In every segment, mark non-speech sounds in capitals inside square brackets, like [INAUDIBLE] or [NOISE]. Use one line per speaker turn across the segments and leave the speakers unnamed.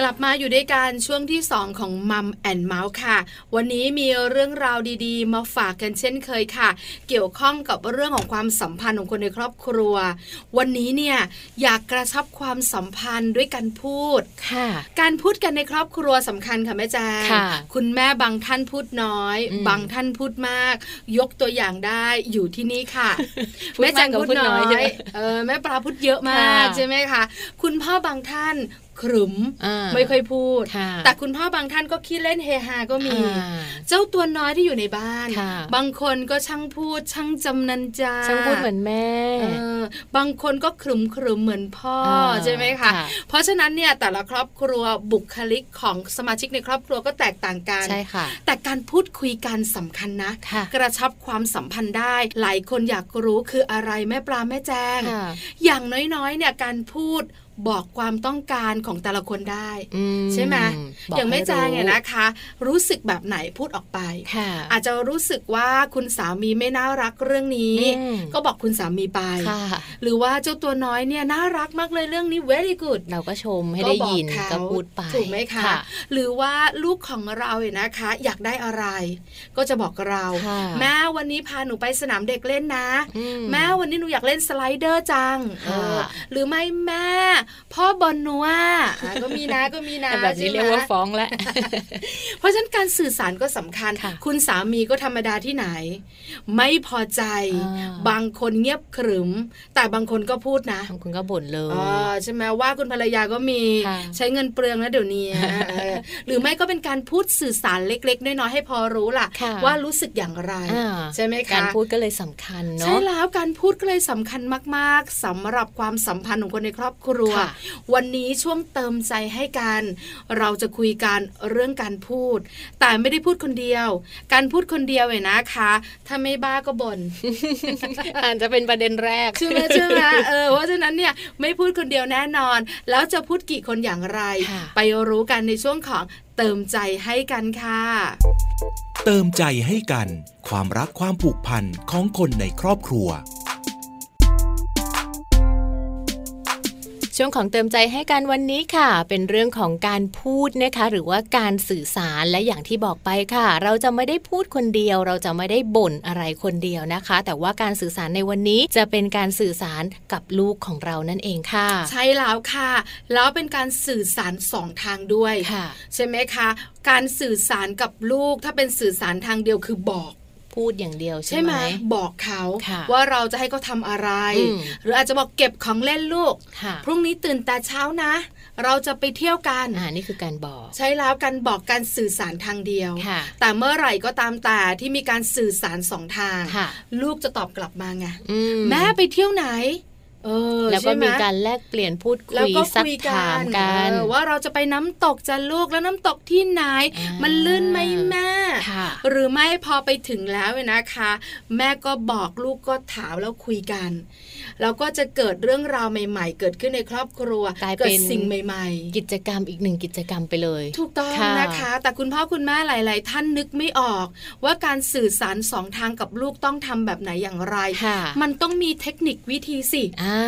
กลับมาอยู่ด้วยกันช่วงที่ 2 ของมัมแอนเมาส์ค่ะ วันนี้มีเรื่องราวดีๆ มาฝากกันเช่นเคยค่ะ เกี่ยวข้องกับเรื่องของความสัมพันธ์ของคนในครอบครัว วันนี้เนี่ยอยากกระชับความสัมพันธ์ด้วยการพูด
ค่ะ
การพูดกันในครอบครัวสำคัญค่ะแม่แจง
ค่ะ
คุณแม่บางท่านพูดน้อย
อืม
บางท่านพูดมาก ยกตัวอย่างได้อยู่ที่นี่ค่ะ
[LAUGHS] พูด
แม่แจง
มากกับ
พูด
พูดน้
น้อ
อย
ย
ใช่ไหม
เออแม่ปลาพูดเยอะมาก
ค่ะ
ใช่ไหมคะคุณพ่อบางท่านขรึม
อ่า
ไม่ค่อยพูด
ค่ะ
แต่คุณพ่อบางท่านก็ขี้เล่นเฮฮาก็มี
อ่า
เจ้าตัวน้อยที่อยู่ในบ้าน
ค่ะ
บางคนก็ช่างพูดช่างจำนันจา
ช่างพูดเหมือนแม่
เออบางคนก็ขรึมขรึมๆเหมือนพ่อ
อ่า
ใช่ไหมคะ
ค่ะ
เพราะฉะนั้นเนี่ยแต่ละครอบครัวบุคลิกของสมาชิกในครอบครัวก็แตกต่างกัน
ใช่ค่ะ
แต่การพูดคุยกันสำคัญนะ
ค่ะ
กระชับความสัมพันธ์ได้ หลายคนอยากรู้คืออะไรแม่ปลาแม่แจง
ค่ะ
อย่างน้อยๆเนี่ยการพูดบอกความต้องการของแต่ละคนได้
อื
ใช่ไหม
บอก
อย่างแม่
ให้
แจงเนี่ย
รู้
นะคะ รู้สึกแบบไหนพูดออกไป
ค่ะ
อาจจะรู้สึกว่าคุณสามีไม่น่ารักเรื่องนี้
อืม
ก็บอกคุณสามีไป
ค่ะ
หรือว่าเจ้าตัวน้อยเนี่ยน่ารักมากเลยเรื่องนี้ very good
เราก็ชมให้ได้
บอก
ยิน
เขา
ก็พูดไป
ถูกไหมคะ หรือว่าลูกของเราเนี่ยนะคะ อยากได้อะไร ก็จะบอกเรา
ค่ะ
แม่วันนี้พาหนูไปสนามเด็กเล่นนะ
อื
แม่วันนี้หนูอยากเล่นสไลเดอร์จัง
ค่ะ
เออหรือไม่แม่พ่อบอลหนัวก็มีนะ [LAUGHS] ก็มีนะ
แต่แบบนี้
ใช่ไหม
เรียกว่าฟ้องแล้ว
เพราะฉะนั้นการสื่อสารก็สำคัญ
ค่ะ
ณสามีก็ธรรมดาที่ไหน ไม่พอใจ
อ่า
บางคนเงียบขรึม แต่บางคนก็พูดนะ
บางคนก็บ่นเลย
เออใช่ไหมว่าคุณภรรยาก็มี
ค่ะ
ใช้เงินเปลืองนะเดี๋ยวนี้เอ [LAUGHS] อหรือไม่ก็เป็นการพูดสื่อสารเล็กๆน้อยๆให้พอรู้ล่ะ
ค่ะ
ว่ารู้สึกอย่างไร
อ่า
ใช่ไหมคะ
การพูดก็เลยสำคัญ
ใช่
เนาะ
แล้วการพูดก็เลยสำคัญมาก ๆสำหรับความสัมพันธ์ของคนในครอบครัว
ค่ะ
วันนี้ช่วงเติมใจให้กัน เราจะคุยกันเรื่องการพูด แต่ไม่ได้พูดคนเดียว การพูดคนเดียวเนี่ยนะคะ ถ้าไม่บ้าก็บน่น [LAUGHS]
อาจจะเป็นประเด็นแรก
ใช่ไหมใช่ไหมเออเพราะฉะนั้นเนี่ยไม่พูดคนเดียวแน่นอน แล้วจะพูดกี่คนอย่างไร
ค่ะ
ไปรู้กันในช่วงของเติมใจให้กันค่ะ
เติมใจให้กัน ความรักความผูกพันของคนในครอบครัว
ช่วงของเติมใจให้กันวันนี้ค่ะ เป็นเรื่องของการพูดนะคะ หรือว่าการสื่อสารและอย่างที่บอกไปค่ะ เราจะไม่ได้พูดคนเดียว เราจะไม่ได้บ่นอะไรคนเดียวนะคะ แต่ว่าการสื่อสารในวันนี้จะเป็นการสื่อสารกับลูกของเรานั่นเองค่ะ
ใช่แล้วค่ะ แล้วเป็นการสื่อสารสองทางด้วย
ค่ะ
ใช่ไหมคะ การสื่อสารกับลูกถ้าเป็นสื่อสารทางเดียวคือบอก
พูดอย่างเดียวใช่
ใช่ไห
ไห
ม
ม
บอกเขา
ค่ะ
ว่าเราจะให้เขาทำอะไร
อืม
หรืออาจจะบอกเก็บของเล่นลูก
ค่ะ
พรุ่งนี้ตื่นแต่เช้านะ เราจะไปเที่ยวกัน
อ่านี่คือการบอก
ใช่แล้วการบอกการสื่อสารทางเดียว
ค่ะ
แต่เมื่อไหร่ก็ตามแต่ที่มีการสื่อสารสองทาง
ค่ะ
ลูกจะตอบกลับมาไง
อื
แม่ไปเที่ยวไหน เออ
แล้วก็
ใช่ไห
มีการแลกเปลี่ยนพูดคุ
แล้ว
ย
ก็
ซัก
คุย
ถามกัน
เออว่าเราจะไปน้ำตกจะลูกแล้วน้ำตกที่ไหน
อ่ามั
มันลื่นไหมแม่
ค่ะ
หรือไม่พอไปถึงแล้วเนี่ยนะคะ แม่ก็บอกลูกก็ถามแล้วคุยกัน แล้วก็จะเกิดเรื่องราวใหม่ ๆ เกิดขึ้นในครอบครัว
กลายเป็น
เกิดสิ่งใหม่ ๆ
กิจกรรมอีกหนึ่งกิจกรรมไปเลย
ถูกต้อง
ค่ะ
นะคะ แต่คุณพ่อคุณแม่หลาย ๆ ท่านนึกไม่ออก ว่าการสื่อสารสองทางกับลูกต้องทำแบบไหนอย่างไร
ค่ะ
มันต้องมีเทคนิควิธีสิ
อ่า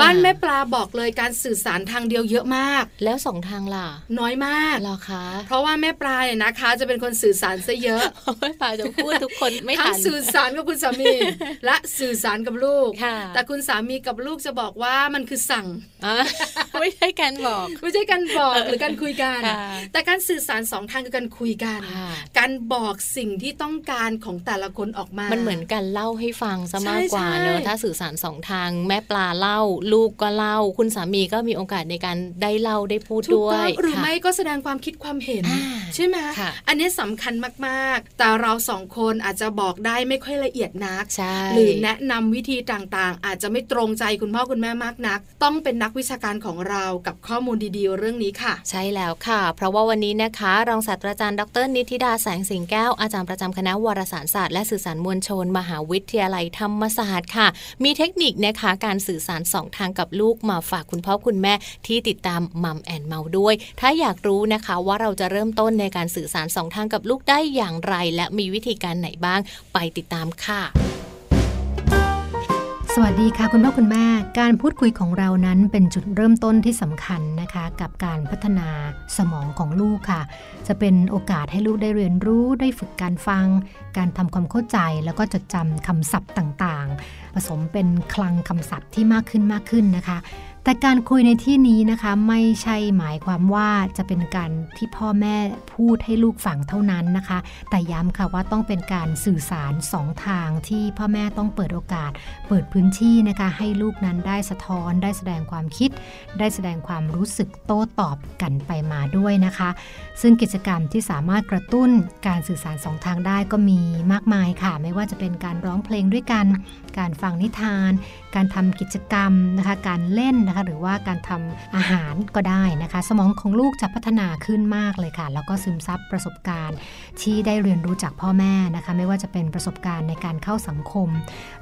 บ้านแม่ปลาบอกเลยการสื่อสารทางเดียวเยอะมาก
แล้วสองทางล่ะ
น้อยมาก
เหรอคะ
เพราะว่าแม่ปลาเนี่ยนะคะ จะเป็นคนสื่อสารซะเยอะ
ไม่ป่าจะพูดทุกคน [LAUGHS] ไม่
ทั้
ทั
ง
น
สื่อสารกับคุณสา
[LAUGHS]
มี และสื่อสารกับลูก
ค่ะ
แต่คุณสามีกับลูกจะบอกว่ามันคือสั่ง
อ่ะไม่ใช่การบอก
ไม่ใช่การบอกหรือการคุยกัน
ค่ะ
แต่การสื่อสารสองทางคือการคุยกัน
ค่ะ
การบอกสิ่งที่ต้องการของแต่ละคนออกมา
มันเหมือนกันเล่าให้ฟังซะมากกว่า
ใช่ใช่
เนอะถ้าสื่อสารสองทางแม่ปลาเล่า ลูกก็เล่า คุณสามีก็มีโอกาสในการได้เล่าได้พูด
ถูก
ด้ว
ต้อยงหรือ
ค่ะ
ไม่ก็แสดงความคิดความเห็น
อ่า
ใช่ไหม
ค่ะ
อันนี้สำคัญมากๆ แต่เราสองคนอาจจะบอกได้ไม่ค่อยละเอียดนัก
ใช่
หรือแนะนำวิธีต่างๆ อาจจะไม่ตรงใจคุณพ่อคุณแม่มากนัก ต้องเป็นนักวิชาการของเรากับข้อมูลดีๆ เรื่องนี้ค่ะ
ใช่แล้วค่ะ เพราะว่าวันนี้นะคะ รองศาสตราจารย์ดรนิติดาแสงสิงแก้ว อาจารย์ประจำคณะวารสารศาสตร์และสื่อสารมวลชน มหาวิทยาลัยธรรมศาสตร์ค่ะ มีเทคนิคนะคะการสื่อสารสองทางกับลูกมาฝากคุณพ่อคุณแม่ที่ติดตามมัมแอนเมาด้วย ถ้าอยากรู้นะคะว่าเราจะเริ่มต้นในการสื่อสารสองทางกับลูกได้อย่างไร และมีวิธีการไหนบ้างไปติดตามค่ะ
สวัสดีค่ะ คุณพ่อคุณแม่ การพูดคุยของเรานั้นเป็นจุดเริ่มต้นที่สำคัญนะคะ กับการพัฒนาสมองของลูกค่ะ จะเป็นโอกาสให้ลูกได้เรียนรู้ได้ฝึกการฟัง การทำความเข้าใจแล้วก็จดจำคำศัพท์ต่างๆ ผสมเป็นคลังคำศัพท์ที่มากขึ้นมากขึ้นนะคะ แต่การคุยในที่นี้นะคะไม่ใช่หมายความว่าจะเป็นการที่พ่อแม่พูดให้ลูกฟังเท่านั้นนะคะ แต่ย้ำค่ะว่าต้องเป็นการสื่อสารสองทางที่พ่อแม่ต้องเปิดโอกาส เปิดพื้นที่นะคะให้ลูกนั้นได้สะท้อน ได้แสดงความคิด ได้แสดงความรู้สึกโต้ตอบกันไปมาด้วยนะคะ ซึ่งกิจกรรมที่สามารถกระตุ้นการสื่อสารสองทางได้ก็มีมากมายค่ะ ไม่ว่าจะเป็นการร้องเพลงด้วยกัน การฟังนิทาน การทำกิจกรรมนะคะ การเล่นนะคะ หรือว่าการทำอาหารก็ได้นะคะ สมองของลูกจะพัฒนาขึ้นมากเลยค่ะ แล้วก็ซึมซับประสบการณ์ ที่ได้เรียนรู้จากพ่อแม่นะคะ ไม่ว่าจะเป็นประสบการณ์ในการเข้าสังคม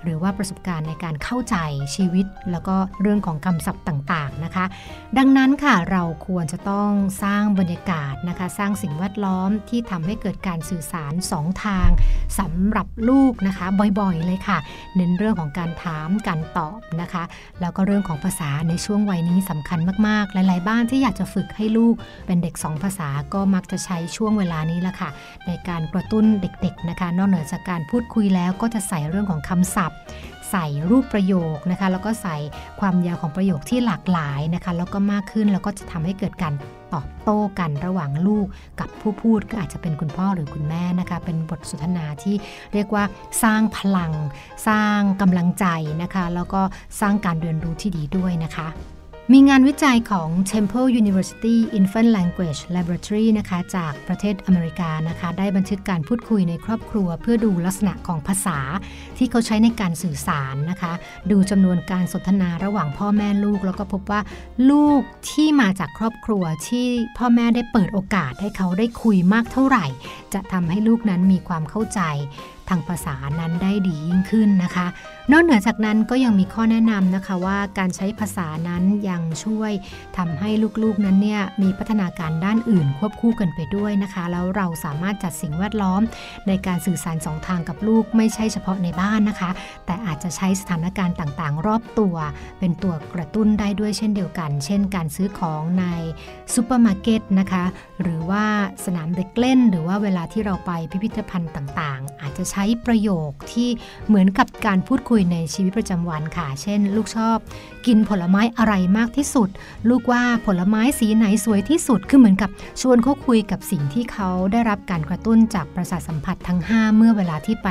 หรือว่าประสบการณ์ในการเข้าใจชีวิต แล้วก็เรื่องของคำศัพท์ต่างๆนะคะ ดังนั้นค่ะเราควรจะต้องสร้างบรรยากาศนะคะ สร้างสิ่งแวดล้อมที่ทำให้เกิดการสื่อสารสองทางสำหรับลูกนะคะบ่อยๆเลยค่ะ เน้นเรื่องของการถามการตอบนะคะ แล้วก็เรื่องของภาษาในช่วงวัยนี้สำคัญมากๆ หลาย ๆ บ้านที่อยากจะฝึกให้ลูกเป็นเด็กสองภาษาก็มักจะใช้ช่วงเวลานี้ละค่ะ ในการกระตุ้นเด็กๆนะคะ นอกเหนือจากการพูดคุยแล้วก็จะใส่เรื่องของคำศัพท์ ใส่รูปประโยคนะคะ แล้วก็ใส่ความยาวของประโยคที่หลากหลายนะคะ แล้วก็มากขึ้นแล้วก็จะทำให้เกิดการตอบโต้กันระหว่างลูกกับผู้พูดก็อาจจะเป็นคุณพ่อหรือคุณแม่นะคะ เป็นบทสนทนาที่เรียกว่าสร้างพลัง สร้างกำลังใจนะคะ แล้วก็สร้างการเรียนรู้ที่ดีด้วยนะคะ มีงานวิจัยของ Temple University Infant Language Laboratory นะคะ จากประเทศอเมริกานะคะ ได้บันทึกการพูดคุยในครอบครัว เพื่อดูลักษณะของภาษาที่เขาใช้ในการสื่อสารนะคะ ดูจำนวนการสนทนาระหว่างพ่อแม่ลูก แล้วก็พบว่าลูกที่มาจากครอบครัวที่พ่อแม่ได้เปิดโอกาสให้เขาได้คุยมากเท่าไหร่ จะทำให้ลูกนั้นมีความเข้าใจ ทางภาษานั้นได้ดียิ่งขึ้นนะคะ นอกเหนือจากนั้นก็ยังมีข้อแนะนำนะคะว่าการใช้ภาษานั้นยังช่วยทำให้ลูกๆนั้นเนี่ยมีพัฒนาการด้านอื่นควบคู่กันไปด้วยนะคะ แล้วเราสามารถจัดสิ่งแวดล้อม ในการสื่อสารสองทางกับลูกไม่ใช่เฉพาะในบ้านนะคะ แต่อาจจะใช้สถานการณ์ต่างๆ รอบตัว เป็นตัวกระตุ้นได้ด้วยเช่นเดียวกัน เช่น การซื้อของในซูเปอร์มาร์เก็ตนะคะ หรือว่าสนามเด็กเล่น หรือว่าเวลาที่เราไปพิพิธภัณฑ์ต่างๆ อาจจะใช้ประโยคที่เหมือนกับการพูดคุยในชีวิตประจำวันค่ะ เช่น ลูกชอบ กินผลไม้อะไรมากที่สุด ลูกว่าผลไม้สีไหนสวยที่สุด คือเหมือนกับชวนเขาคุยกับสิ่งที่เขาได้รับการกระตุ้นจากประสาทสัมผัสทั้ง 5 เมื่อเวลาที่ไป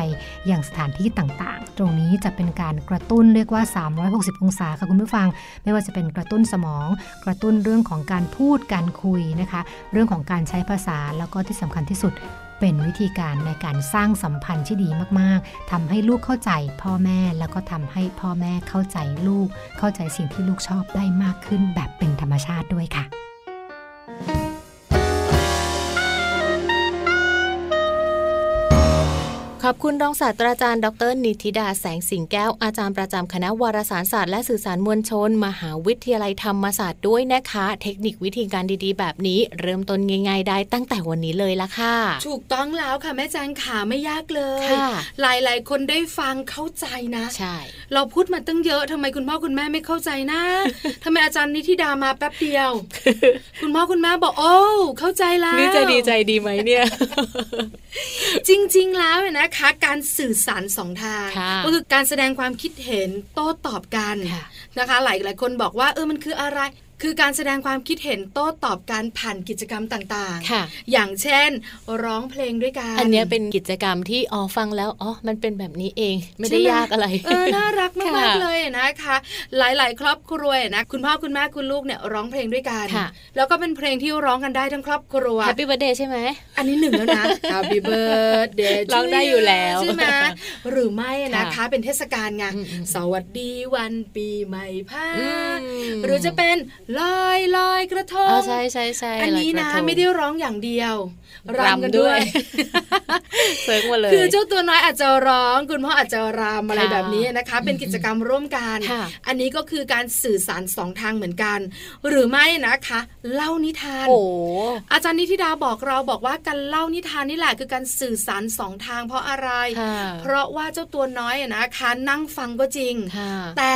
อย่างสถานที่ต่างๆ ตรงนี้จะเป็นการกระตุ้นเรียกว่า 360 องศาค่ะคุณผู้ฟัง ไม่ว่าจะเป็นกระตุ้นสมอง กระตุ้นเรื่องของการพูดการคุยนะคะ เรื่องของการใช้ภาษาแล้วก็ที่สำคัญที่สุด เป็นวิธีการในการสร้างสัมพันธ์ที่ดีมากๆทำให้ลูกเข้าใจพ่อแม่ แล้วก็ทำให้พ่อแม่เข้าใจลูก เข้าใจสิ่งที่ลูกชอบได้มากขึ้นแบบเป็นธรรมชาติด้วยค่ะ
ขอบคุณรองศาสตราจารย์ดร นิติดาแสงสิงแก้วอาจารย์ประจำคณะวารสารศาสตร์และสื่อสารมวลชน มหาวิทยาลัยธรรมศาสตร์ด้วยนะคะ เทคนิควิธีการดีๆ แบบนี้ เริ่มต้นง่ายๆ ได้ตั้งแต่วันนี้เลยละค่ะ
ถูกต้องแล้วค่ะแม่แจงขาไม่ยากเลย
ค่ะ
หลายๆ คนได้ฟังเข้าใจนะ
ใช่
เราพูดมาตั้งเยอะทำไมคุณพ่อคุณแม่ไม่เข้าใจ
[LAUGHS]
นะ ทำไมอาจารย์นิธิดามาแป๊บเดียว คุณพ่อคุณแม่บอกโอ้เข้าใจแล้ว
นี่จะดีใจดีไหมเนี่ย
จริง ๆ แล้วเนี่ยนะคะ การสื่อสารสองทาง
ค่ะ
ก็คือการแสดงความคิดเห็นโต้ตอบกัน
ค่ะ
[LAUGHS] นะคะหลายหลายคนบอกว่าเออมันคืออะไร คือการแสดงความคิดเห็นโต้ตอบการผ่านกิจกรรมต่าง
ค่ะ
ๆ อย่างเช่น ร้องเพลงด้วยกัน
อันเนี้ยเป็นกิจกรรมที่อ๋อฟังแล้วอ๋อมันเป็นแบบนี้เอง ไม่ได้
ใช่ห
ยากอะไร
เออ
[LAUGHS]
น่ารักมาก
ค่ะ
ๆเลยนะคะ หลายๆ ครอบครัวนะคุณพ่อคุณแม่คุณลูกเนี่ยร้องเพลงด้วยกัน
ค่ะ
แล้วก็เป็นเพลงที่ร้องกันได้ทั้งครอบครัว
แฮปปี้เบ t ร์ a เดย์ใช่ไหม
อันนี้หนึ่งแล้วนะ [LAUGHS] Happy birthday to
ร้องได้อยู่แล้ว
ใช่ไหมหรือไม่นะคะ
ค่ะ
เป็นเทศกาลไง
อืมอืม
สวัสดีวันปีใหม่พา
อืม
หรือจะเป็น ลอยลอยกระทง
อ๋อใช่ใช่ใช่
อันนี้
ล
นะ
ยกรทง
ไม่ได้ร้องอย่างเดียวรำกัน
รำด้
ด้ว [LAUGHS]
วย ย เซิร์งมาเลย
คือเจ้าตัวน้อยอาจจะร้องคุณพ่ออาจจะรำอะไร
ค่ะ
แบบนี้นะคะ เป็นกิจกรรมร่วมกัน
ค่ะ
อันนี้ก็คือการสื่อสารสองทางเหมือนกัน หรือไม่นะคะ เล่านิทาน
โอ้โห
อาจารย์นิธิดาบอกเราบอกว่าการเล่านิทานนี่แหละคือการสื่อสารสองทางเพราะอะไร
ค่ะ
เพราะว่าเจ้าตัวน้อยอะนะคะนั่งฟังก็จริง
ค่ะ
แต่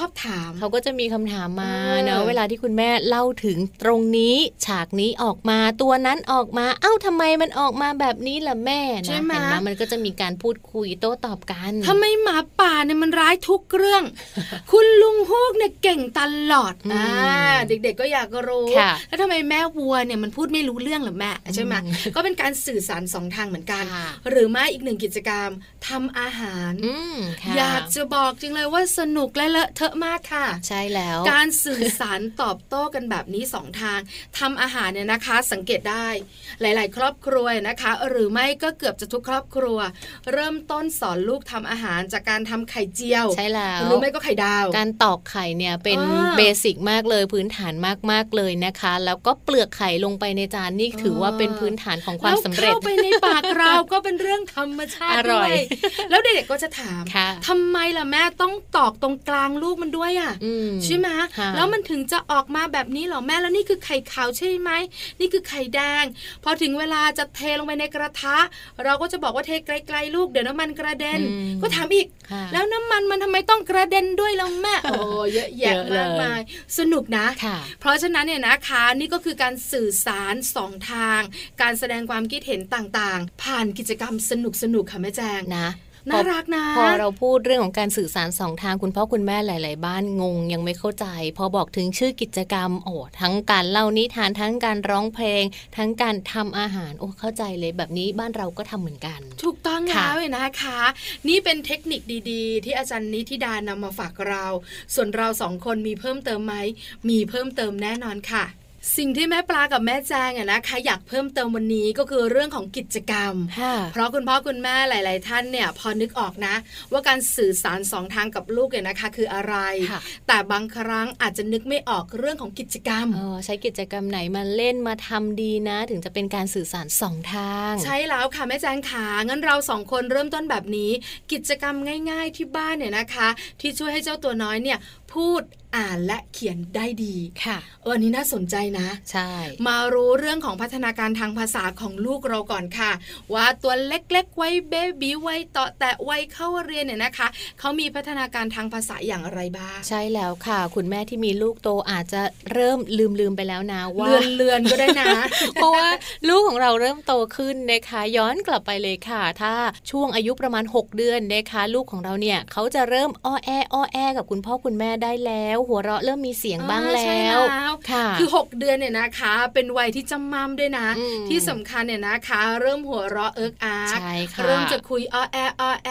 ชอบถาม
เขาก็จะมีคำถามมา
เออ
เนอะเวลาที่คุณแม่เล่าถึงตรงนี้ฉากนี้ออกมาตัวนั้นออกมา เอ้าทำไมมันออกมาแบบนี้ล่ะแม่นะ
ใช่
เห็น
ไหม
ไหมมันก็จะมีการพูดคุยโต้ตอบกัน
ทำไมหมาป่าเนี่ยมันร้ายทุกเรื่อง
[LAUGHS]
คุณลุงฮูกเนี่ยเก่งตลอด
อืม
อ่าเด็กๆก็อยากรู้
ค่ะ
แล้วทำไมแม่วัวเนี่ยมันพูดไม่รู้เรื่องเหรอแม่ใช่ไหม
อืม
ก็เป็นการสื่อสารสองทางเหมือนกัน
ค่ะ
หรือไม่อีกหนึ่งกิจกรรมทำอาหาร
อืมค่ะ
อยากจะบอกจริงเลยว่าสนุกและเลอะเทอะมากค่ะ
ใช่แล้ว
การสื่อสารตอบโต้กันแบบนี้สองทางทำอาหารเนี่ยนะคะ สังเกตได้หลาย ๆ ครอบครัวนะคะ หรือไม่ก็เกือบจะทุกครอบครัว เริ่มต้นสอนลูกทำอาหารจากการทำไข่เจียว
ใช่แล้ว
หรือไม่ก็ไข่ดาว
การตอกไข่เนี่ยเป็น
อ่า
เบสิกมากเลยพื้นฐานมากๆเลยนะคะ แล้วก็เปลือกไข่ลงไปในจานนี่ถือว่า
อ่า
เป็นพื้นฐานของความสำเร็จ
แล้วเข้าไปในปากเราก็เป็นเรื่องธรรมชาติ
อร่อย
ด้วแล้วเด็กๆก็จะถาม
ค่ะ
ทำไมล่ะแม่ต้องตอกตรงกลางลูกมันด้วยอ่ะ
อื
ใช่ไหม
ค่ะ
แล้วมันถึงจะออกมาแบบนี้เหรอแม่แล้วนี่คือไข่ขาวใช่ไหม นี่คือไข่แดง พอถึงเวลาจะเทลงไปในกระทะ เราก็จะบอกว่าเทไกลๆลูกเดี๋ยวน้ำมันกระเด็น
อื
ก็ถามอีก
ค่ะ
แล้วน้ำมันมันทำไมต้องกระเด็นด้วยล่ะแม่ โอ้เยอะแยะ
เยอะเลย
มากมาย สนุกนะ
ค่ะ
เพราะฉะนั้นเนี่ยนะคะนี่ก็คือการสื่อสารสองทาง การแสดงความคิดเห็นต่างๆ ผ่านกิจกรรมสนุกๆค่ะแม่แจง
นะ
น่ารักนะ
พอเราพูดเรื่องของการสื่อสารสองทางคุณพ่อคุณแม่หลาย ๆ บ้านงงยังไม่เข้าใจ พอบอกถึงชื่อกิจกรรมโอ้ทั้งการเล่านิทานทั้งการร้องเพลง ทั้งการทำอาหารโอ้เข้าใจเลยแบบนี้บ้านเราก็ทำเหมือนกัน
ถูกต้อง
ค่ะ
แล้วนะคะ นี่เป็นเทคนิคดีๆ ที่อาจารย์นิธิดานำมาฝากเรา ส่วนเราสองคนมีเพิ่มเติมไหม มีเพิ่มเติมแน่นอนค่ะ สิ่งที่แม่ปลากับแม่แจงอะนะคะอยากเพิ่มเติมวันนี้ก็คือเรื่องของกิจกรรม
ะ
เพราะคุณพ่อคุณแม่หลาย ๆ ท่านเนี่ยพอนึกออกนะ ว่าการสื่อสารสองทางกับลูกเนี่ยนะคะ คืออะไร
ค่ะ
แต่บางครั้งอาจจะนึกไม่ออกเรื่องของกิจกรรม
เออใช้กิจกรรมไหนมาเล่นมาทำดีนะ ถึงจะเป็นการสื่อสารสองทาง
ใช่แล้วค่ะแม่แจงขางั้นเราสองคนเริ่มต้นแบบนี้ กิจกรรมง่าย ๆ ที่บ้านเนี่ยนะคะ ที่ช่วยให้เจ้าตัวน้อยเนี่ย พูดอ่านและเขียนได้ดี
ค่ะ
เอออันนี้น่าสนใจนะ
ใช่
มารู้เรื่องของพัฒนาการทางภาษาของลูกเราก่อนค่ะ ว่าตัวเล็กๆไว้เบบีไว้ต่อแต่ไว้เข้าเรียนเนี่ยนะคะเขามีพัฒนาการทางภาษาอย่างไรบ้าง
ใช่แล้วค่ะ คุณแม่ที่มีลูกโตอาจจะเริ่มลืมลืมๆไปแล้วนะว่า
เลือนเลือนๆก็ได้นะ
เพราะว่าลูกของเราเริ่มโตขึ้นนะคะ ย้อนกลับไปเลยค่ะ ถ้าช่วงอายุประมาณ 6 เดือนนะคะ ลูกของเราเนี่ยเขาจะเริ่มอ้อแออ้อแอ กับคุณพ่อคุณแม่ได้แล้ว หัวเราะเริ่มมีเสียงบ้าง
อ่า
แล้
ใช่
ว
แล้ว
ค่ะ
คือ 6 เดือนเนี่ยนะคะ เป็นวัยที่จำมั่มด้วยนะ
อืม
ที่สำคัญเนี่ยนะคะ เริ่มหัวเราะเอิกอาร์ก
ใช่ค่ะ
เริ่มจะคุยอ้อแออ้อแอ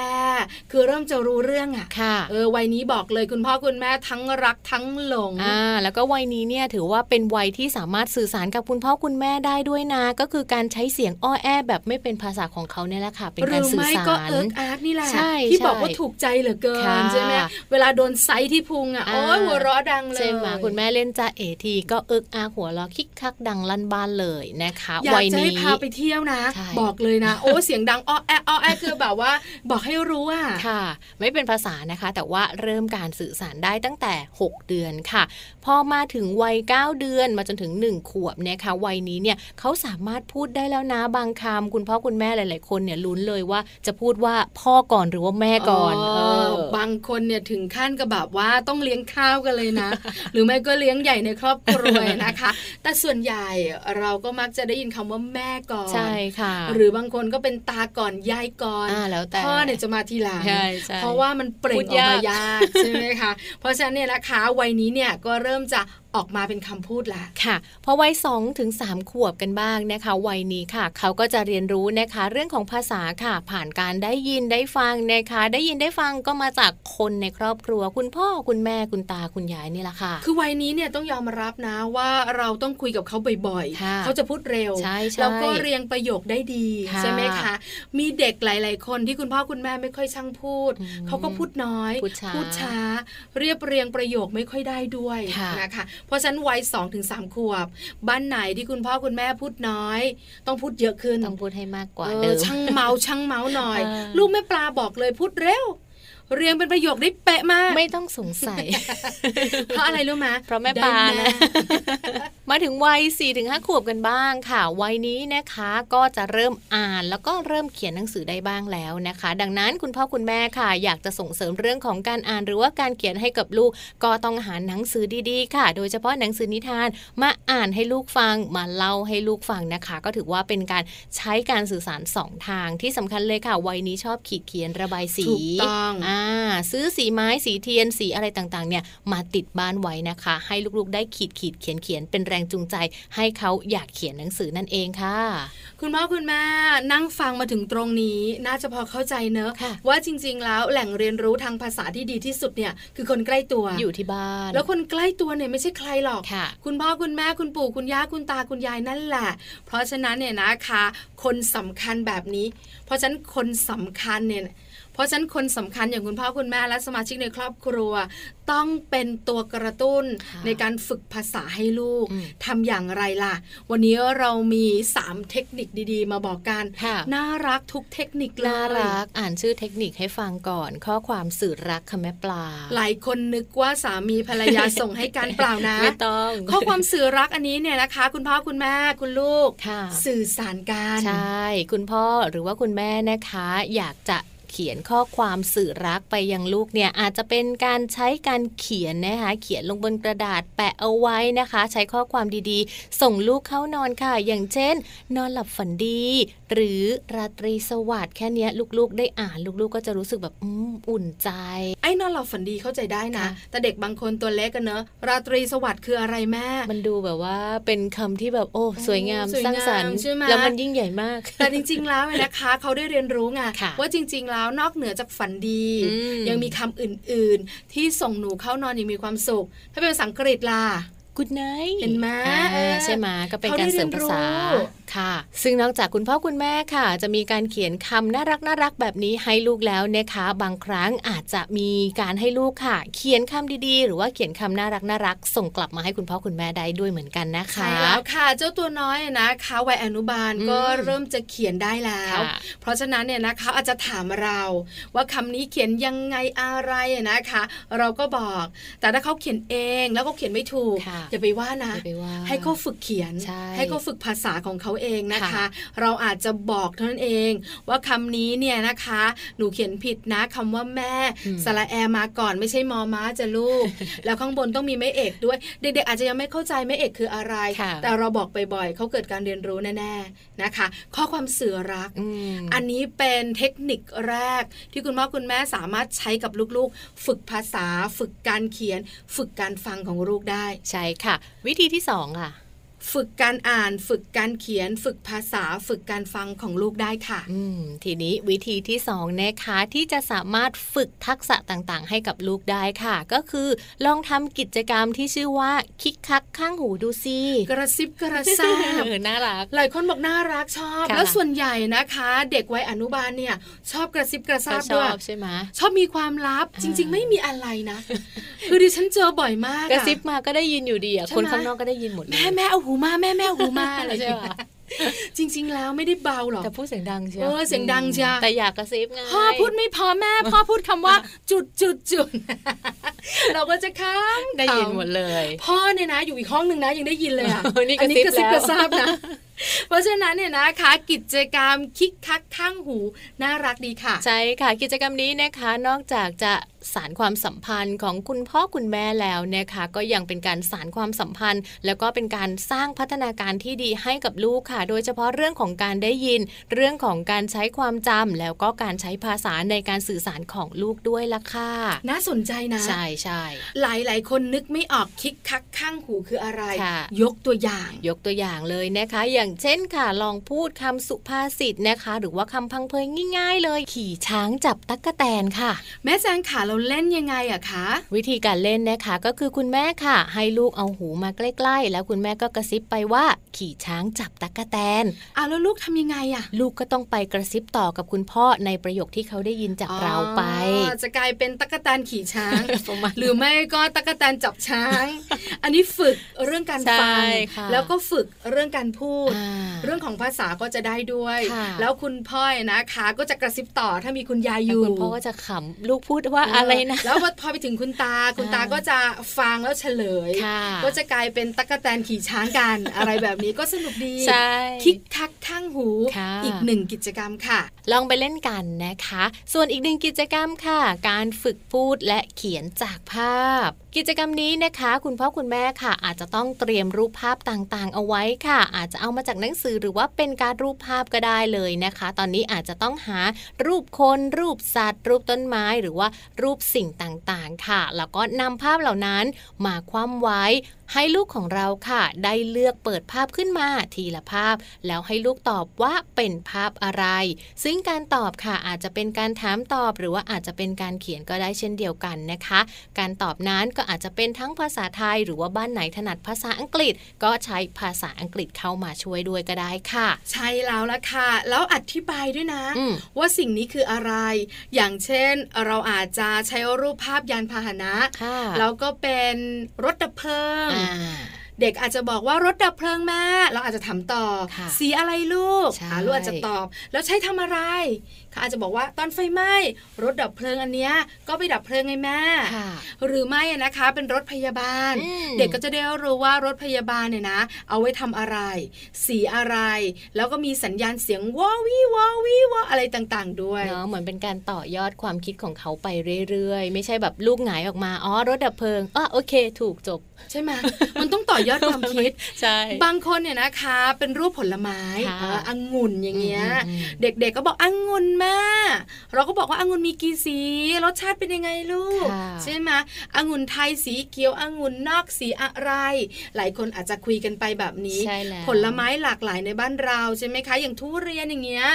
คือเริ่มจะรู้เรื่องอ่ะ
ค่ะ
เออวัยนี้บอกเลยคุณพ่อคุณแม่ทั้งรักทั้งหลง
อ่าแล้วก็วัยนี้เนี่ยถือว่าเป็นวัยที่สามารถสื่อสารกับคุณพ่อคุณแม่ได้ด้วยนะ ก็คือการใช้เสียงอ้อแอ แบบไม่เป็นภาษาของเขาเนี่ยแหละค่ะ เป็น
ห
การ
รือ
สื่อ
ไม่
สาร
ก็เอิกอาร์กนี่แหละ
ใช่
ที่
ใช่
บอกว่าถูกใจเหลือเกิ
ค่ะ
นใช่ไหมเวลาโดนไซส์ที่พุงอ่ะ
อ่า
โอ้ยหัวเราะดังเลย
ใช่ไหมคุณแม่เล่นจ้าเอทีก็เอิกอาหัวเราะคิกคักดังลั่นบ้านเลยนะคะ
อยาก
วัย
จะให้
นี้
พาไปเที่ยวนะ
ใช่
บอกเลยนะ โอ้เสียงดังอ้อแออ้อแอคือแบบว่า บอกให้รู้อ่ะ
ค่ะ ไม่เป็นภาษานะคะ แต่ว่าเริ่มการสื่อสารได้ตั้งแต่ 6 เดือนค่ะ พอมาถึงวัย 9 เดือนมาจนถึง 1 ขวบนะคะวัยนี้เนี่ยเขาสามารถพูดได้แล้วนะบางคำคุณพ่อคุณแม่หลาย ๆ คนเนี่ยลุ้นเลยว่าจะพูดว่าพ่อก่อนหรือว่าแม่ก่อนเออบ
างคนเนี่ยถึงขั้นกับแบบว่าต้องเลี้ยงข้าวกันเลย
[LAUGHS]
นะ หรือไม่ก็เลี้ยงใหญ่ในครอบครัวนะคะ แต่ส่วนใหญ่เราก็มักจะได้ยินคำว่าแม่ก่อน
ใช่ค่ะ
หรือบางคนก็เป็นตาก่อนยายก่อน
อ่าแล้วแต่
พ่อเนี่ยจะมาทีหลัง
ใช่ใช่
เพราะว่ามันเปล่ง
พู
ออ
ด
ก
ยาก
มายากใช่ไหมคะเพราะฉะนั้นเนี่ยนะคะวัยนี้เนี่ยก็เริ่มจะออกมาเป็นคำพูดละ
ค่ะพอวัย2ถึง3ขวบกันบ้างนะคะ วัยนี้ค่ะ เขาก็จะเรียนรู้นะคะ เรื่องของภาษาค่ะ ผ่านการได้ยินได้ฟังนะคะ ได้ยินได้ฟังก็มาจากคนในครอบครัว คุณพ่อคุณแม่คุณตาคุณยายนี่แหละค่ะ
คือวัยนี้เนี่ยต้องยอมรับนะว่าเราต้องคุยกับเขาบ่อย
ค่ะ
ๆ เขาจะพูดเร็ว
ใช่ใช่
แล้วก็เรียงประโยคได้ดี
ค่ะ
ใช่ไหมคะ มีเด็กหลายๆ คนที่คุณพ่อคุณแม่ไม่ค่อยช่างพูด
อืม
เขาก็พูดน้อย
พูดช้า
เรียบเรียงประโยคไม่ค่อยได้ด้วย
ค่ะ
นะคะ เพราะฉะนั้นวัย2อถึงสามขวบ บ้านไหนที่คุณพ่อคุณแม่พูดน้อย ต้องพูดเยอะขึ้น
ต้องพูดให้มากกว่า
เออ
เดิม
ช่างเมาช่างเมาหน่อย
เออ
ลูกแม่ปลาบอกเลยพูดเร็ว เรียงเป็นประโยคได้เป๊ะมาก
ไม่ต้องสงสัย
เพราะอะไรรู้ไหม
เพราะแม่ปลา
ได้แ
นะ มาถึงวัย4ี่ถึงห้าขวบกันบ้างค่ะ วัยนี้นะคะก็จะเริ่มอ่านแล้วก็เริ่มเขียนหนังสือได้บ้างแล้วนะคะ ดังนั้นคุณพ่อคุณแม่ค่ะ อยากจะส่งเสริมเรื่องของการอ่านหรือว่าการเขียนให้กับลูก ก็ต้องหาหนังสือดีๆ ค่ะ โดยเฉพาะหนังสือนิทานมาอ่านให้ลูกฟังมาเล่าให้ลูกฟังนะคะ ก็ถือว่าเป็นการใช้การสื่อสารสองทางที่สำคัญเลยค่ะ วัยนี้ชอบขีดเขียนระบายสี
ถูกต้อง
อ่าซื้อสีไม้สีเทียนสีอะไรต่างๆ เนี่ย มาติดบ้านไว้นะคะ ให้ลูกๆได้ขีดขีดเขียนเขียนเป็นแรงจูงใจ ให้เขาอยากเขียนหนังสือนั่นเองค่ะ
คุณพ่อคุณแม่นั่งฟังมาถึงตรงนี้ น่าจะพอเข้าใจเนอะ
ค่ะ
ว่าจริง ๆ แล้วแหล่งเรียนรู้ทางภาษาที่ดีที่สุดเนี่ยคือคนใกล้ตัว
อยู่ที่บ้าน
แล้วคนใกล้ตัวเนี่ยไม่ใช่ใครหรอก
ค่ะ
คุณพ่อคุณแม่คุณปู่คุณย่าคุณตาคุณยายนั่นแหละ เพราะฉะนั้นเนี่ยนะคะ คนสำคัญแบบนี้ เพราะฉะนั้นคนสำคัญเนี่ยเพราะฉะนั้นคนสำคัญอย่างคุณพ่อคุณแม่และสมาชิกในครอบครัว ต้องเป็นตัวกระตุ้น
ค่ะ
ในการฝึกภาษาให้ลูก
อืม
ทำอย่างไรล่ะ วันนี้เรามี 3 เทคนิคดีๆ มาบอกกัน
ค่ะ
น่ารักทุกเทคนิคเลย
น่ารักอ่านชื่อเทคนิคให้ฟังก่อน ข้อความสื่อรักค่ะแม่ปลา
หลายคนนึกว่าสามีภรรยาส่งให้การเปล่านะ
ไม่ต้อง
ข้อความสื่อรักอันนี้เนี่ยนะคะ คุณพ่อคุณแม่คุณลูก
ค่ะ
สื่อสารกัน
ใช่ คุณพ่อหรือว่าคุณแม่นะคะ อยากจะเขียนข้อความสื่อรักไปยังลูกเนี่ยอาจจะเป็นการใช้การเขียนนะคะ เขียนลงบนกระดาษแปะเอาไว้นะคะ ใช้ข้อความดีๆ ส่งลูกเข้านอนค่ะ อย่างเช่น นอนหลับฝันดี หรือราตรีสวัสดิ์แค่เนี้ยลูกๆ ได้อ่านลูกๆ ก็จะรู้สึกแบบอืมอุ่นใจ
ไอ้นอนหลับฝันดีเข้าใจได้นะ
ค่ะ
แต่เด็กบางคนตัวเล็กกันเนอะ ราตรีสวัสดิ์คืออะไรแม่
มันดูแบบว่าเป็นคำที่แบบโอ้สวยงาม
สวยงาม
สร้างสรรค์
ใช่ไหม
แล้วมันยิ่งใหญ่มาก
แต่จริง ๆ แล้วเนี่ยนะคะ [LAUGHS] เขาได้เรียนรู้ไง
ค่ะ
ว่าจริง ๆ แล้วนอกเหนือจากฝันดี
อืม
ยังมีคำอื่นๆ ที่ส่งหนูเข้านอนอย่างมีความสุข ถ้าเป็นภาษาอังกฤษล่ะ
Good night
เห็นไหม
อ่าใช่ไหมก็เป็นการเสริมภาษา
เขาได้เรียนรู้
ค่ะ ซึ่งนอกจากคุณพ่อคุณแม่ค่ะ จะมีการเขียนคำน่ารักน่ารักแบบนี้ให้ลูกแล้วนะคะ บางครั้งอาจจะมีการให้ลูกค่ะ เขียนคำดีๆ หรือว่าเขียนคำน่ารักน่ารักส่งกลับมาให้คุณพ่อคุณแม่ได้ด้วยเหมือนกันนะคะ
ใช่แล้วค่ะ เจ้าตัวน้อยนะคะวัยอนุบาล
อืม
ก็เริ่มจะเขียนได้แล้ว
ค่ะ
เพราะฉะนั้นเนี่ยนะคะอาจจะถามเรา ว่าคำนี้เขียนยังไงอะไรนะคะ เราก็บอก แต่ถ้าเขาเขียนเองแล้วเขาเขียนไม่ถูก
ค่ะ
อย่าไปว่านะ
อย่าไปว่า
ให้เขาฝึกเขียน
ใช่
เขาฝึกภาษาของเขาเองนะคะ
ค่ะ
เราอาจจะบอกเท่านั้นเอง ว่าคำนี้เนี่ยนะคะ หนูเขียนผิดนะคำว่าแม่สระแอมาก่อนไม่ใช่มอม้าจะลู
[LAUGHS]
ก แล้วข้างบนต้องมีแม่เอกด้วย เด็กๆอาจจะยังไม่เข้าใจแม่เอกคืออะไร
ค่ะ
แต่เราบอกบ่อยๆเขาเกิดการเรียนรู้แน่ๆนะคะ ข้อความสื่อรัก
อืม
อันนี้เป็นเทคนิคแรกที่คุณพ่อคุณแม่สามารถใช้กับลูกๆ ฝึกภาษา ฝึกการเขียน ฝึกการฟังของลูกได้
ใช่ค่ะ วิธีที่สองค่ะ
ฝึกการอ่าน ฝึกการเขียน ฝึกภาษา ฝึกการฟังของลูกได้ค่ะ
อืมทีนี้วิธีที่2นะคะที่จะสามารถฝึกทักษะต่างๆ ให้กับลูกได้ค่ะ ก็คือลองทำกิจกรรมที่ชื่อว่าคิกคักข้างหูดูซิ
กระซิบกระซา
[LAUGHS]
บ
เออน่ารัก
หลายคนบอกน่ารักชอบ
ค่ะ
แล้วส่วนใหญ่นะคะ เด็กวัยอนุบาลเนี่ย ชอบกระซิบกระซาบ
ช
ด้ว
อย บใช่ไหม
ชอบมีความลับ
อ่า
จริง ๆ ไม่มีอะไรนะ คือดิฉันเจอบ่อยมาก
กระ
อะ
ซิบมาก็ได้ยินอยู่ดีอะ
ใช่ไหม
คนข้างนอกก็ได้ยินหมดเลย
แม่แม่เอาหูมาแม่แม่เอาหูมาอะไร
ใช่
ใช่
ปะ
ปะจริง ๆ แล้วไม่ได้เบาหรอก
แต่พูดเสียงดังเชียว
เออเสียงดังเชียว
แต่อยากกระซิบไง
พ่อพูดไม่พอแม่
[LAUGHS]
พ่อพูดคำว่า จุดจุดจุด [LAUGHS] เราก็จะค้าง
ได้ยินหมดเลย
พ่อเนี่ยนะ อยู่อีกห้องหนึ่งนะ ยังได้ยินเลยอ่ะ
นี่กระ
อั
ซิบ
นี้กระซิบ
แล้ว
กระซาบนะ [LAUGHS] เพราะฉะนั้นเนี่ยนะคะ กิจกรรมคิกคักข้างหู น่ารักดีค่ะ
ใช่ค่ะกิจกรรมนี้นะคะนอกจากจะสารความสัมพันธ์ของคุณพ่อคุณแม่แล้วนะคะ ก็ยังเป็นการสารความสัมพันธ์ แล้วก็เป็นการสร้างพัฒนาการที่ดีให้กับลูกค่ะ โดยเฉพาะเรื่องของการได้ยิน เรื่องของการใช้ความจำแล้วก็การใช้ภาษาในการสื่อสารของลูกด้วยล่ะค่ะ
น่าสนใจนะ
ใช่ใช่
หลายหลายๆคนนึกไม่ออกคิกคักข้างหูคืออะไร
ค่ะ
ยกตัวอย่าง
ยกตัวอย่างเลยนะคะ อย่างเช่นค่ะ ลองพูดคำสุภาษิตนะคะ หรือว่าคำพังเพยง่าย ๆ เลย ขี่ช้างจับตั๊กแตนค่ะ
แม่แจงขาเรา เราเล่นยังไงอะคะ
วิธีการเล่นนะคะก็คือคุณแม่ค่ะ ให้ลูกเอาหูมาใกล้ๆ แล้วคุณแม่ก็กระซิบไปว่า ขี่ช้างจับตั๊กแตน
อ้าวแล้วลูกทำยังไงอะ
ลูกก็ต้องไปกระซิบต่อกับคุณพ่อในประโยคที่เขาได้ยินจากเราไป
อ๋อจะกลายเป็นตะกแตนขี่ช้าง
ประมาณ
[LAUGHS] หรือไม่ก็ตะกแตนจับช้าง
[LAUGHS]
อันนี้ฝึกเรื่องการฟัง
ใช่ค่ะ
แล้วก็ฝึกเรื่องการพูด
อ่า
เรื่องของภาษาก็จะได้ด้วย
ค่ะ
แล้วคุณพ่อนะคะก็จะกระซิบต่อถ้ามีคุณยายอ
แต่
ยู่
คุณพ่อก็จะขำลูกพูดว่าอะไรนะ
แล้วพอไปถึงคุณตาคุณตา
อ่า
ก็จะฟังแล้วเฉลย
ค่ะ
ก็จะกลายเป็นตะกแตนขี่ช้างกัน
[LAUGHS]
อะไรแบบนี้ก็สนุกดี
ใช่
คิกคักข้างหู
ค่ะ
อีกหนึ่งกิจกรรมค่ะ
ลองไปเล่นกันนะคะ ส่วนอีกหนึ่งกิจกรรมค่ะ การฝึกพูดและเขียนจากภาพ กิจกรรมนี้นะคะ คุณพ่อคุณแม่ค่ะ อาจจะต้องเตรียมรูปภาพต่างๆ เอาไว้ค่ะ อาจจะเอามาจากหนังสือหรือว่าเป็นการดรูปภาพก็ได้เลยนะคะ ตอนนี้อาจจะต้องหารูปคน รูปสัตว์ รูปต้นไม้ หรือว่ารูปสิ่งต่างๆ ค่ะ แล้วก็นำภาพเหล่านั้นมาคว่ำไว้ ให้ลูกของเราค่ะ ได้เลือกเปิดภาพขึ้นมาทีละภาพ แล้วให้ลูกตอบว่าเป็นภาพอะไร ซึ่งการตอบค่ะอาจจะเป็นการถามตอบ หรือว่าอาจจะเป็นการเขียนก็ได้เช่นเดียวกันนะคะ การตอบนั้นก็อาจจะเป็นทั้งภาษาไทย หรือว่าบ้านไหนถนัดภาษาอังกฤษ ก็ใช้ภาษาอังกฤษเข้ามาช่วยด้วยก็ได้ค่ะ
ใช่แล้วละค่ะ แล้วอธิบายด้วยนะ
อืม
ว่าสิ่งนี้คืออะไร อย่างเช่นเราอาจจะใช้รูปภาพยานพาหนะ
ค่ะ
แล้วก็เป็นรถดับเพลิง
อ่า
เด็กอาจจะบอกว่ารถดับเพลิงแม่เราอาจจะถามต่อ
ค่ะ
สีอะไรลูก
ใช่
อ่าลูกอาจจะตอบ แล้วใช้ทำอะไรเขาอาจจะบอกว่าตอนไฟไหม้รถดับเพลิงอันเนี้ยก็ไปดับเพลิงไงแม่
ค่ะ
หรือไม่อะนะคะเป็นรถพยาบาล
อืม
เด็กก็จะได้รู้ว่ารถพยาบาลเนี่ยนะ เอาไว้ทำอะไร สีอะไร แล้วก็มีสัญญาณเสียงวอวีวอวีวออะไรต่างๆด้วย
เนาะเหมือนเป็นการต่อยอดความคิดของเขาไปเรื่อยๆ ไม่ใช่แบบลูกหงายออกมาอ๋อรถดับเพลิงอ๋อโอเค ถูกจบ
ใช่ไหม มันต้องต่อยอดความคิด
ใช่
บางคนเนี่ยนะคะเป็นรูปผลไม้
ค่ะ
เออองุ่นอย่างเงี้ย
อืมอืม
เด็กๆ ก็บอกองุ่นแม่เราก็บอกว่าองุ่นมีกี่สี รสชาติเป็นยังไงลูก
ค่ะ
ใช่ไหมองุ่นไทยสีเขียวองุ่นนอกสีอะไร หลายคนอาจจะคุยกันไปแบบนี้
ใช่แล้ว
ผลไม้หลากหลายในบ้านเราใช่ไหมคะ อย่างทุเรียนอย่างเงี้ย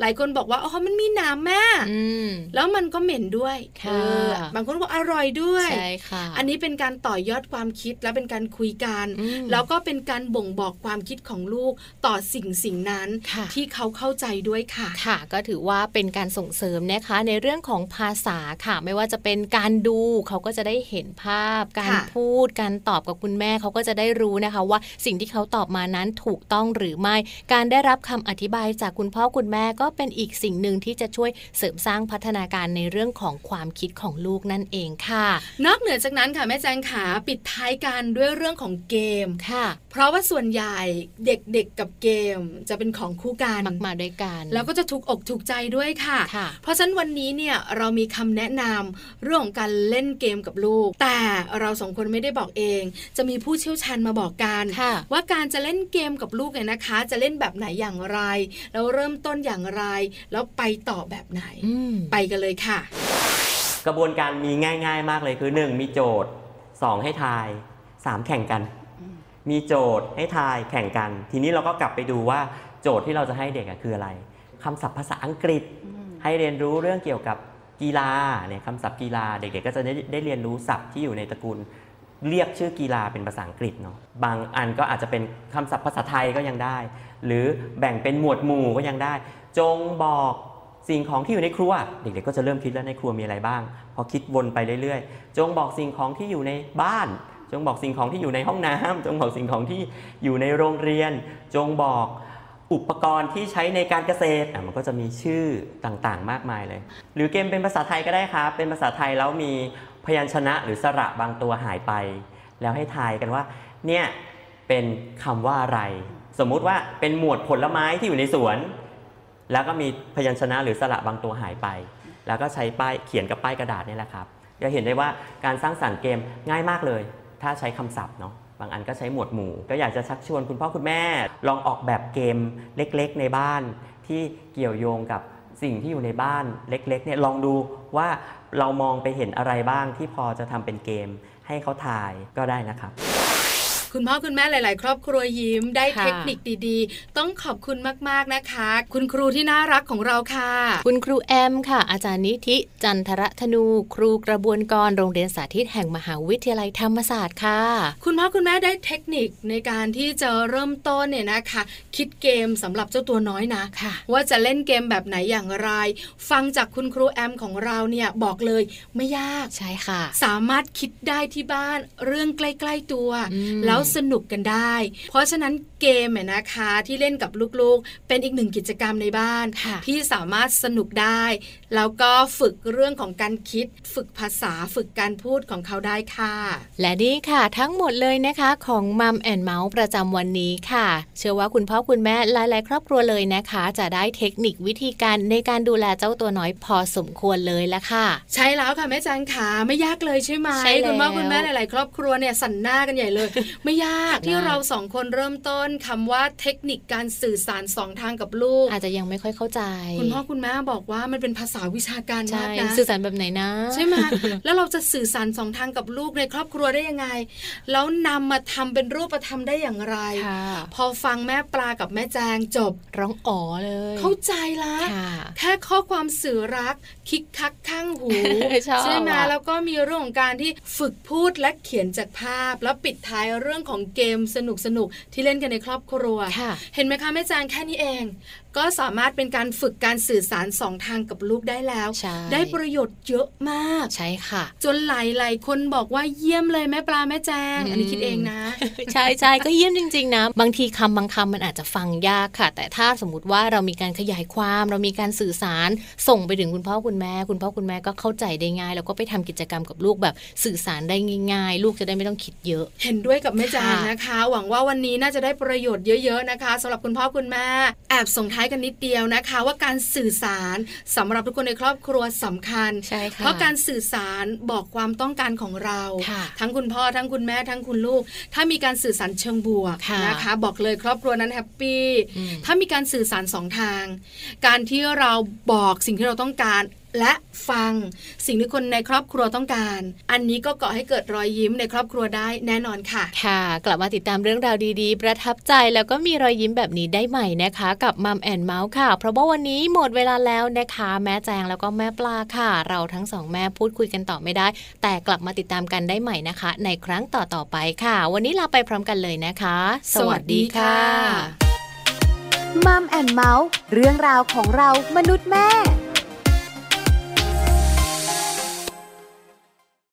หลายคนบอกว่าอ๋อมันมีหนามแม่
อืม
แล้วมันก็เหม็นด้วย
ค่ะ
เออบางคนบอกอร่อยด้วย
ใช่ค่ะ
อันนี้เป็นการต่อยอดความคิดและเป็นการคุยกัน
อืม
แล้วก็เป็นการบ่งบอกความคิดของลูกต่อสิ่งสิ่งนั้น
ค่ะ
ที่เขาเข้าใจด้วยค่ะ
ค่ะก็ถือว่าเป็นการส่งเสริมนะคะ ในเรื่องของภาษาค่ะ ไม่ว่าจะเป็นการดูเขาก็จะได้เห็นภาพ การ
ค่ะ
พูด การตอบกับคุณแม่เขาก็จะได้รู้นะคะ ว่าสิ่งที่เขาตอบมานั้นถูกต้องหรือไม่ การได้รับคำอธิบายจากคุณพ่อคุณแม่ก็เป็นอีกสิ่งหนึ่งที่จะช่วยเสริมสร้างพัฒนาการในเรื่องของความคิดของลูกนั่นเองค่ะ
นอกเหนือจากนั้นค่ะแม่แจงขาปิดท้ายกันด้วยเรื่องของเกม
ค่ะ
เพราะว่าส่วนใหญ่เด็กๆกับเกมจะเป็นของคู่กัน
มักมาด้วยกัน
แล้วก็จะถูกอกถูกใจด้วยค่ะ
ค่ะ
เพราะฉะนั้นวันนี้เนี่ยเรามีคำแนะนำเรื่องของการเล่นเกมกับลูก แต่เราสองคนไม่ได้บอกเอง จะมีผู้เชี่ยวชาญมาบอกกัน
ค่ะ
ว่าการจะเล่นเกมกับลูกเนี่ยนะคะ จะเล่นแบบไหนอย่างไร แล้วเริ่มต้นอย่างไร แล้วไปต่อแบบไหน
อืม
ไปกันเลยค่ะ
กระบวนการมีง่ายๆมากเลยคือ 1 มีโจทย์ 2 ให้ทาย 3 แข่งกัน มีโจทย์ให้ทายแข่งกัน ทีนี้เราก็กลับไปดูว่าโจทย์ที่เราจะให้เด็กอะคืออะไรคำศัพท์ภาษาอังกฤษ ให้เรียนรู้เรื่องเกี่ยวกับกีฬาเนี่ยคำศัพท์กีฬาเด็กๆก็จะได้ได้เรียนรู้ศัพท์ที่อยู่ในตระกูล เรียกชื่อกีฬาเป็นภาษาอังกฤษเนาะบางอันก็อาจจะเป็นคำศัพท์ภาษาไทยก็ยังได้ หรือแบ่งเป็นหมวดหมู่ก็ยังได้ จงบอกสิ่งของที่อยู่ในครัว เด็กๆก็จะเริ่มคิดแล้วในครัวมีอะไรบ้าง พอคิดวนไปเรื่อยๆ จงบอกสิ่งของที่อยู่ในบ้าน จงบอกสิ่งของที่อยู่ในห้องน้ำ [LAUGHS] จงบอกสิ่งของที่อยู่ในโรงเรียน จงบอกอุปกรณ์ที่ใช้ในการเกษตรอ่ะมันก็จะมีชื่อต่างๆ มากมายเลย หรือเกมเป็นภาษาไทยก็ได้ครับเป็นภาษาไทยแล้วมีพยัญชนะหรือสระบางตัวหายไป แล้วให้ทายกันว่า เนี่ยเป็นคำว่าอะไร สมมุติว่าเป็นหมวดผลไม้ที่อยู่ในสวน แล้วก็มีพยัญชนะหรือสระบางตัวหายไป แล้วก็ใช้ป้ายเขียนกับป้ายกระดาษนี่แหละครับจะเห็นได้ว่าการสร้างสรรค์เกมง่ายมากเลย ถ้าใช้คำศัพท์เนาะบางอันก็ใช้หมวดหมู่ ก็อยากจะชักชวนคุณพ่อคุณแม่ ลองออกแบบเกมเล็กๆ ในบ้าน ที่เกี่ยวโยงกับสิ่งที่อยู่ในบ้านเล็กๆเนี่ยลองดูว่าเรามองไปเห็นอะไรบ้างที่พอจะทำเป็นเกม ให้เขาทายก็ได้นะครับ
คุณพ่อคุณแม่หลาย ๆ ครอบครัวยิ้มได้
ค่ะ
เทคนิคดีๆ ต้องขอบคุณมากๆนะคะ คุณครูที่น่ารักของเราค่ะ
คุณครูแอมค่ะ อาจารย์นิธิจันทรธนู ครูกระบวนกรโรงเรียนสาธิตแห่งมหาวิทยาลัยธรรมศาสตร์ค่ะ
คุณพ่อคุณแม่ได้เทคนิคในการที่จะเริ่มต้นเนี่ยนะคะ คิดเกมสำหรับเจ้าตัวน้อยนะ
ค่ะ
ว่าจะเล่นเกมแบบไหนอย่างไร ฟังจากคุณครูแอมของเราเนี่ยบอกเลยไม่ยาก
ใช่ค่ะ
สามารถคิดได้ที่บ้านเรื่องใกล้ ๆ ตัว
อืม
แล้วสนุกกันได้ เพราะฉะนั้นเกมเนี่ยนะคะที่เล่นกับลูกๆ เป็นอีกหนึ่งกิจกรรมในบ้าน
ค่ะ
ที่สามารถสนุกได้ แล้วก็ฝึกเรื่องของการคิด ฝึกภาษาฝึกการพูดของเขาได้ค่ะ
และนี่ค่ะ ทั้งหมดเลยนะคะของมัมแอนเมาส์ประจำวันนี้ค่ะ เชื่อว่าคุณพ่อคุณแม่หลาย ๆ ครอบครัวเลยนะคะ จะได้เทคนิควิธีการในการดูแลเจ้าตัวน้อยพอสมควรเลยละค่ะ
ใช่แล้วค่ะแม่จันขาไม่ยากเลยใช่ไหม
ใช่แล้ว
คุณพ่อคุณแม่หลาย ๆ ครอบครัวเนี่ยสั่นหน้ากันใหญ่เลย ไม่ยากที่
ง่าย
เราสองคนเริ่มต้นคำว่าเทคนิคการสื่อสารสองทางกับลูก
อาจจะยังไม่ค่อยเข้าใจ
คุณพ่อคุณแม่บอกว่ามันเป็นภาษาวิชาการ
ใช่
มากนะ
สื่อสารแบบไหนนะ
ใช่ไหม แล้วเราจะสื่อสารสองทางกับลูกในครอบครัวได้ยังไง แล้วนำมาทำเป็นรูปธรรมได้อย่างไร
ค่ะ
พอฟังแม่ปลากับแม่แจงจบ
ร้องอ๋อเลย
เข้าใจละ
ค่ะ
แค่ข้อความสื่อรัก คิกคักข้างหู
[LAUGHS] ชอบ
ใช่ไหม
อะ
แล้วก็มีเรื่องของการที่ฝึกพูดและเขียนจากภาพ แล้วปิดท้ายเรื่องของเกมสนุกสนุกๆที่เล่นกันในครอบครัว
ค่ะ
เห็นไหมคะแม่จางแค่นี้เอง ก็สามารถเป็นการฝึกการสื่อสารสองทางกับลูกได้แล้ว
ใช่
ได้ประโยชน์เยอะมาก
ใช่ค่ะ
จนหลายๆคนบอกว่าเยี่ยมเลยแม่ปลาแม่แจง อันนี้คิดเองนะ
[LAUGHS] ใช่ใช่ก็เยี่ยมจริง ๆ นะ บางทีคำบางคำมันอาจจะฟังยากค่ะ แต่ถ้าสมมติว่าเรามีการขยายความ เรามีการสื่อสารส่งไปถึงคุณพ่อคุณแม่ คุณพ่อคุณแม่ก็เข้าใจได้ง่าย แล้วก็ไปทำกิจกรรมกับลูกแบบสื่อสารได้ง่าย ๆ ลูกจะได้ไม่ต้องคิดเยอะ
เห็นด้วยกับแม่จาง
ค่ะ
นะคะ หวังว่าวันนี้น่าจะได้ประโยชน์เยอะๆนะคะสำหรับคุณพ่อคุณแม่แอบส่งท้ายกันนิดเดียวนะคะ ว่าการสื่อสารสำหรับทุกคนในครอบครัวสำคัญ
ใช่ค่ะ
เพราะการสื่อสารบอกความต้องการของเรา
ค่ะ
ทั้งคุณพ่อทั้งคุณแม่ทั้งคุณลูก ถ้ามีการสื่อสารเชิงบวก
ค่ะ
นะคะ บอกเลยครอบครัวนั้นแฮปปี้
อืม
ถ้ามีการสื่อสารสองทาง การที่เราบอกสิ่งที่เราต้องการ และฟังสิ่งที่คนในครอบครัวต้องการ อันนี้ก็ก่อให้เกิดรอยยิ้มในครอบครัวได้แน่นอนค่ะ
ค่ะ กลับมาติดตามเรื่องราวดีๆ ประทับใจแล้วก็มีรอยยิ้มแบบนี้ได้ใหม่นะคะ กับมัมแอนเมาส์ค่ะ เพราะว่าวันนี้หมดเวลาแล้วนะคะ แม่แจงแล้วก็แม่ปลาค่ะ เราทั้งสองแม่พูดคุยกันต่อไม่ได้ แต่กลับมาติดตามกันได้ใหม่นะคะ ในครั้งต่อๆไปค่ะ วันนี้ลาไปพร้อมกันเลยนะคะ
มัมแอนเมาส์เรื่องราวของเรามนุษย์แม่